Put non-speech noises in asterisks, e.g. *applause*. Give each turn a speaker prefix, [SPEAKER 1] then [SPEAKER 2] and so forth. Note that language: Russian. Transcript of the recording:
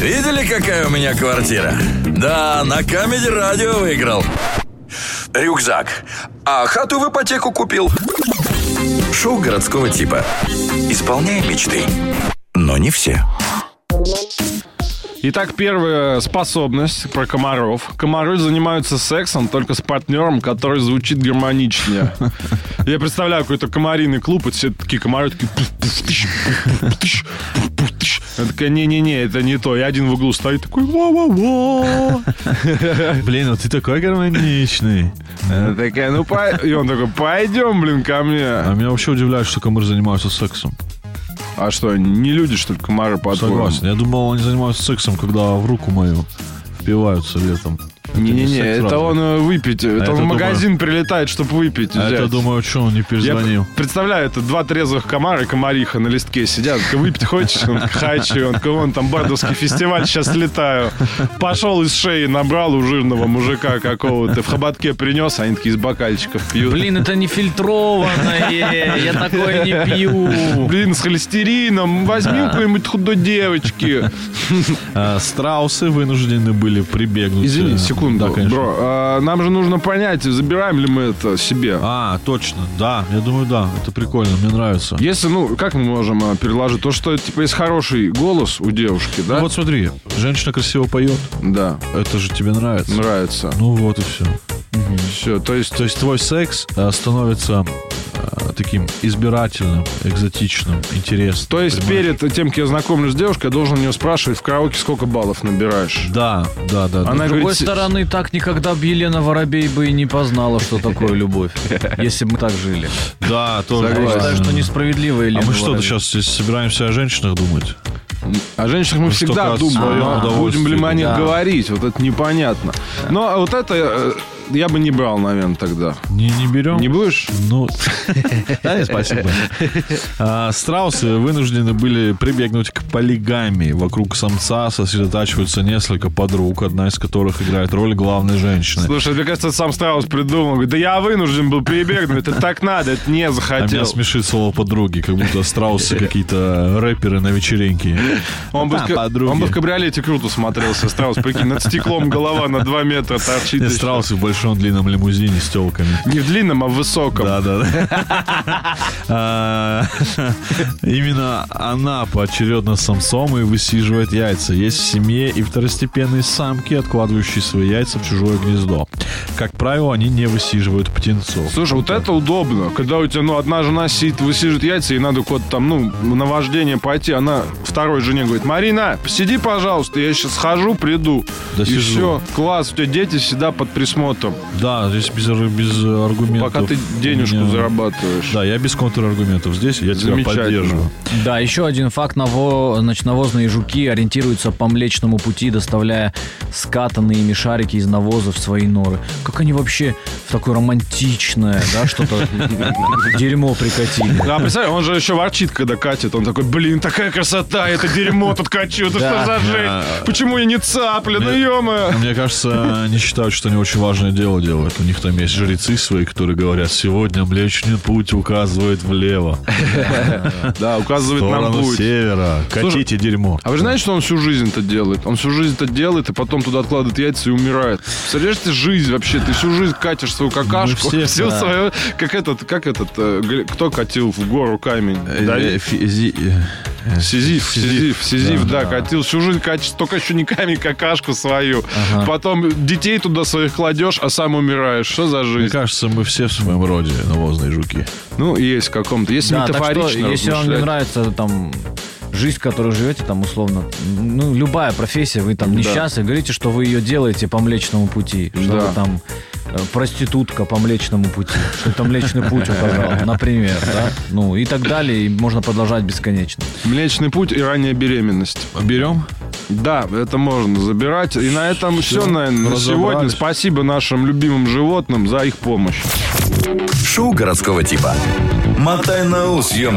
[SPEAKER 1] Видели, какая у меня квартира? Да, на Камеди Радио выиграл. Рюкзак. А хату в ипотеку купил. Шоу городского типа. Исполняем мечты. Но не все.
[SPEAKER 2] Итак, первая способность про комаров. Комары занимаются сексом только с партнером, который звучит гармоничнее. Я представляю какой-то комариный клуб, и все такие комары такие... пуф-пуф-тыщ, пуф-пуф-тыщ, пуф-пуф-тыщ. Я такая, не-не-не, это не то. Я один в углу стою такой, ва-ва-ва.
[SPEAKER 3] *laughs* Блин, ну ты такой гармоничный.
[SPEAKER 2] Она такая, ну по... И он такой, пойдем, блин, ко
[SPEAKER 3] А
[SPEAKER 2] мне.
[SPEAKER 3] меня вообще удивляет, что комары занимаются сексом.
[SPEAKER 2] А что, не люди, что ли, комары по
[SPEAKER 3] Согласен. Я думал, они занимаются сексом, когда в руку мою впиваются летом. Это
[SPEAKER 2] Не-не-не,
[SPEAKER 3] секс
[SPEAKER 2] это
[SPEAKER 3] разве?
[SPEAKER 2] он э, выпить. Это
[SPEAKER 3] это
[SPEAKER 2] он в
[SPEAKER 3] А думаю-
[SPEAKER 2] магазин прилетает, чтобы выпить.
[SPEAKER 3] А это,
[SPEAKER 2] взять.
[SPEAKER 3] думаю, что он не
[SPEAKER 2] Я
[SPEAKER 3] перезвонил.
[SPEAKER 2] п- представляю, это два трезвых комара и комариха на листке сидят. Такой, Выпить хочешь? Он такой, хочу. Он такой, вон там бардовский фестиваль, сейчас летаю. Пошел из шеи, набрал у жирного мужика какого-то. В хоботке принес, они такие из бокальчиков пьют.
[SPEAKER 4] Блин, это не фильтрованное. Я такое не пью.
[SPEAKER 2] Блин, с холестерином. Возьми у какой-нибудь худой девочки.
[SPEAKER 3] А, страусы вынуждены были прибегнуть.
[SPEAKER 2] Извини,
[SPEAKER 3] э,
[SPEAKER 2] секунду.
[SPEAKER 3] Да, конечно.
[SPEAKER 2] Бро, а, нам же нужно понять, забираем ли мы это себе.
[SPEAKER 3] А, точно, да, я думаю, да, это прикольно, мне нравится.
[SPEAKER 2] Если, ну, как мы можем а, переложить? То, что, типа, есть хороший голос у девушки, да?
[SPEAKER 3] Ну вот смотри, женщина красиво поет,
[SPEAKER 2] Да,
[SPEAKER 3] это же тебе нравится.
[SPEAKER 2] нравится.
[SPEAKER 3] Ну вот и все.
[SPEAKER 2] Все, то есть
[SPEAKER 3] То есть твой секс э, становится э, таким избирательным, экзотичным, интересным.
[SPEAKER 2] То есть
[SPEAKER 3] понимаешь?
[SPEAKER 2] перед тем, как я знакомлюсь с девушкой, я должен у нее спрашивать в караоке, сколько баллов набираешь.
[SPEAKER 3] Да, да, да. да.
[SPEAKER 2] Она
[SPEAKER 4] С другой
[SPEAKER 2] говорит, «Се-
[SPEAKER 4] стороны, так никогда бы Елена Воробей бы и не познала, что такое любовь, если бы мы так жили.
[SPEAKER 3] *laughs* Да, тоже.
[SPEAKER 4] Я считаю, что несправедливо
[SPEAKER 3] А
[SPEAKER 4] Елена
[SPEAKER 3] мы что-то
[SPEAKER 4] Воробей.
[SPEAKER 3] сейчас собираемся о женщинах думать?
[SPEAKER 2] о женщинах мы
[SPEAKER 3] что
[SPEAKER 2] всегда
[SPEAKER 3] как
[SPEAKER 2] думаем,
[SPEAKER 3] своё
[SPEAKER 2] но будем
[SPEAKER 3] А, удовольствие,
[SPEAKER 2] ли мы о них
[SPEAKER 4] да.
[SPEAKER 2] говорить, вот это непонятно. Но вот это э, я бы не брал, наверное, тогда.
[SPEAKER 3] Не, не берем?
[SPEAKER 2] Не будешь?
[SPEAKER 3] Ну, *laughs* да, нет, спасибо. А, Страусы вынуждены были прибегнуть к полигамии. Вокруг самца сосредотачиваются несколько подруг, одна из которых играет роль главной женщины.
[SPEAKER 2] Слушай, мне кажется, сам Страус придумал. Говорит, да я вынужден был прибегнуть, это так надо, это не
[SPEAKER 3] А меня
[SPEAKER 2] захотел.
[SPEAKER 3] смешит слово подруги, как будто страусы какие-то рэперы на вечеринке.
[SPEAKER 2] Он бы,
[SPEAKER 3] Да,
[SPEAKER 2] в ка-
[SPEAKER 3] подруги.
[SPEAKER 2] он бы в кабриолете круто смотрелся, Страус, прикинь, над стеклом голова на 2 метра торчит.
[SPEAKER 3] Нет,
[SPEAKER 2] ещё.
[SPEAKER 3] страусы в большом длинном лимузине с телками.
[SPEAKER 2] Не в длинном, а в высоком.
[SPEAKER 3] Да, да, да. *laughs* А, Именно она поочередно с самцом и высиживает яйца. Есть в семье и второстепенные самки, откладывающие свои яйца в чужое гнездо. Как правило, они не высиживают птенцов.
[SPEAKER 2] Слушай, вот это удобно, когда у тебя, ну, одна жена сидит, высиживает яйца, и надо куда-то там, ну, на вождение пойти. Она второй жене говорит, Марина, посиди, пожалуйста, я сейчас схожу, приду.
[SPEAKER 3] Да
[SPEAKER 2] и
[SPEAKER 3] сижу.
[SPEAKER 2] все, класс, у тебя дети всегда под присмотром,
[SPEAKER 3] Да, здесь без, ар- без аргументов.
[SPEAKER 2] пока ты денежку
[SPEAKER 3] у меня-
[SPEAKER 2] зарабатываешь.
[SPEAKER 3] Да, я без контраргументов. Здесь я тебя
[SPEAKER 2] Замечательно.
[SPEAKER 3] поддерживаю.
[SPEAKER 4] Да, еще один факт. Наво... Значит, навозные жуки ориентируются по Млечному пути, доставляя скатанные ими шарики из навоза в свои норы. Как они вообще в такое романтичное, да, что-то *laughs* дерьмо
[SPEAKER 3] *laughs*
[SPEAKER 4] прикатили.
[SPEAKER 2] Да, Ну, а представь, он же еще ворчит, когда катит. Он такой, блин, такая красота, это дерьмо тут качу, это что
[SPEAKER 4] Да.
[SPEAKER 2] за жесть? Почему я не цапля, ну
[SPEAKER 3] *laughs*
[SPEAKER 2] ё
[SPEAKER 3] Мне кажется, они считают, что они очень важное дело делают. У них там есть жрецы свои, которые говорят, сегодня Млечный Путь указывает влево.
[SPEAKER 2] Да, указывает нам
[SPEAKER 3] сторону
[SPEAKER 2] путь.
[SPEAKER 3] севера. Катите дерьмо.
[SPEAKER 2] А вы же знаете, что он всю жизнь это делает? Он всю жизнь это делает, и потом туда откладывает яйца и умирает. Представляешь, ты жизнь вообще, ты всю жизнь катишь свою какашку,
[SPEAKER 3] Мы
[SPEAKER 2] *laughs*
[SPEAKER 3] все,
[SPEAKER 2] всю
[SPEAKER 3] да.
[SPEAKER 2] свою... Как этот, как этот, э, гли- кто катил в гору камень? Да,
[SPEAKER 3] Э, э, фи- зи- э,
[SPEAKER 2] Сизиф, Сизиф, Сизиф, да,
[SPEAKER 3] да.
[SPEAKER 2] катил всю жизнь, катишь, только еще не камень, а какашку свою. Потом детей туда своих кладешь, а сам умираешь. Что за
[SPEAKER 3] Мне
[SPEAKER 2] жизнь?
[SPEAKER 3] кажется, мы все в своем роде навозные жуки.
[SPEAKER 2] Ну, есть в каком-то, если
[SPEAKER 4] Да, так
[SPEAKER 2] метафорично
[SPEAKER 4] что, если вам не
[SPEAKER 2] размышлять.
[SPEAKER 4] нравится там жизнь, в которой живете, там условно, ну, любая профессия, вы там несчастны, говорите, что вы ее делаете по Млечному пути, что
[SPEAKER 2] Да.
[SPEAKER 4] вы там э, проститутка по Млечному пути, что это Млечный путь указал, например, да, ну и так далее, и можно продолжать бесконечно.
[SPEAKER 2] Млечный путь и ранняя беременность.
[SPEAKER 3] Берем?
[SPEAKER 2] Да, это можно забирать. И на этом все, наверное, на
[SPEAKER 3] разобрались.
[SPEAKER 2] сегодня. Спасибо нашим любимым животным за их помощь.
[SPEAKER 1] Шоу городского типа. Мотай на ус, ё